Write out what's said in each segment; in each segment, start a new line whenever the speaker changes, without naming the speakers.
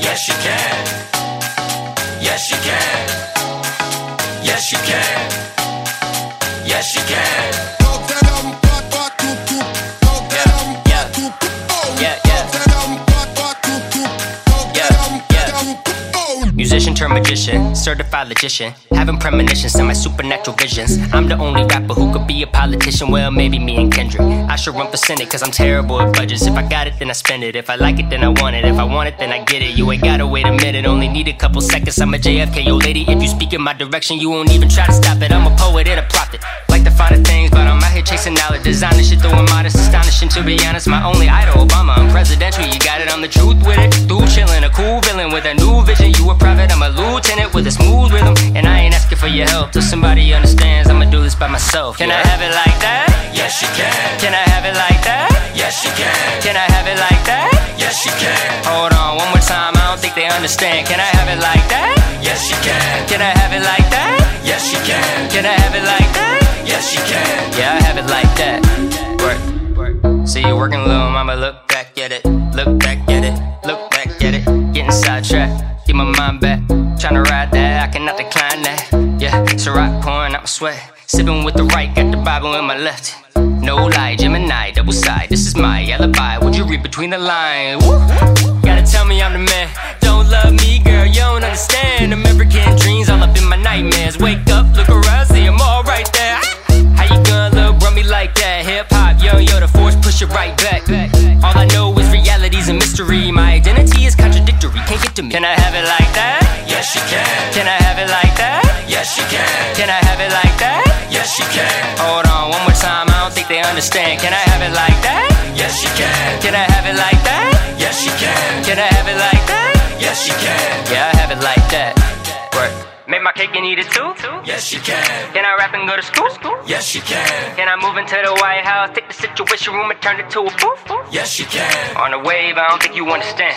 Yes, you can. Yes, you can. Yes, you can. Yes, you can. Yeah, yeah. Musician turned magician, certified logician. Having premonitions and my supernatural visions. I'm the only rapper who could be a politician. Well, maybe me and Kendrick. I should run for Senate, cause I'm terrible at budgets. If I got it, then I spend it. If I like it, then I want it. If I want it, then I get it. You ain't gotta wait a minute, only need a couple seconds. I'm a JFK, yo lady. If you speak in my direction, you won't even try to stop it. I'm a poet and a prophet. Like the finer things, but I'm out here chasing knowledge. Designing shit, though I'm modest, astonishing. To be honest, my only idol, Obama. I'm presidential, you got it. I'm the truth with it. Through chillin', a cool villain with a new vision. You a private, I'm a lieutenant with a smooth rhythm. And I ain't asking for your help till somebody understands I'ma do this by myself. Can I have it like that? Yes, you can. Can I have it like that? Yes, you can. Can I have it like that? Yes, you can. Hold on, one more time, I don't think they understand. Can I have it like that? Yes, you can. Can I have it like that? Yes, you can. Can I have it like that? Yes, you can. Yeah, I have it like that. Work. See you working, little mama. Look back at it. Look back at it. Look back at it. Getting sidetracked. Get my mind back. Tryna ride that. I cannot decline that. Yeah, it's a rock pouring out my sweat. Sipping with the right. Got the Bible in my left. No lie, Gemini, double side. This is my alibi. Would you read between the lines? Woo! Gotta tell me I'm the man. Don't love me, girl. You don't understand. American dreams all up in my nightmares. Wake up, look around, see 'em all right there. How you gonna love run me like that? Hip hop, yo, yo, the force push it right back. All I know is reality's a mystery. My identity is contradictory, can't get to me. Can I have it like that? Yes, you can. Can I have it like that? Yes, you can. Can I have it like that? Yes, you can. Hold on, one more time, I don't think they understand. Can I have it like that? Yes, you can. Can I have it like that? Yes, you can. Can I have it like that? Yes, you can. Yeah, I have it like that. Work. Make my cake and eat it too. Yes, you can. Can I rap and go to school? Yes, you can. Can I move into the White House, take the Situation Room and turn it to a booth? Yes, you can. On a wave, I don't think you understand.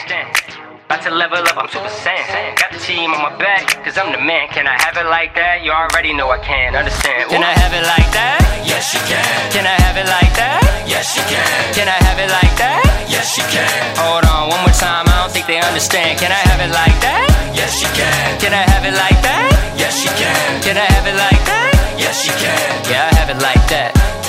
About to level up, I'm super saiyan. Got the team on my back, cause I'm the man. Can I have it like that? You already know I can, understand. Can I have it like that? Yes, you can. Can I have it like that? Yes, you can. Can I have it like that? Yes, you can. Hold on, one more time, I don't think they understand. Can I have it like that? Yes, you can. Can I have it like that? Yes, you can. Can I have it like that? Yes, you can. Yeah, I have it like that.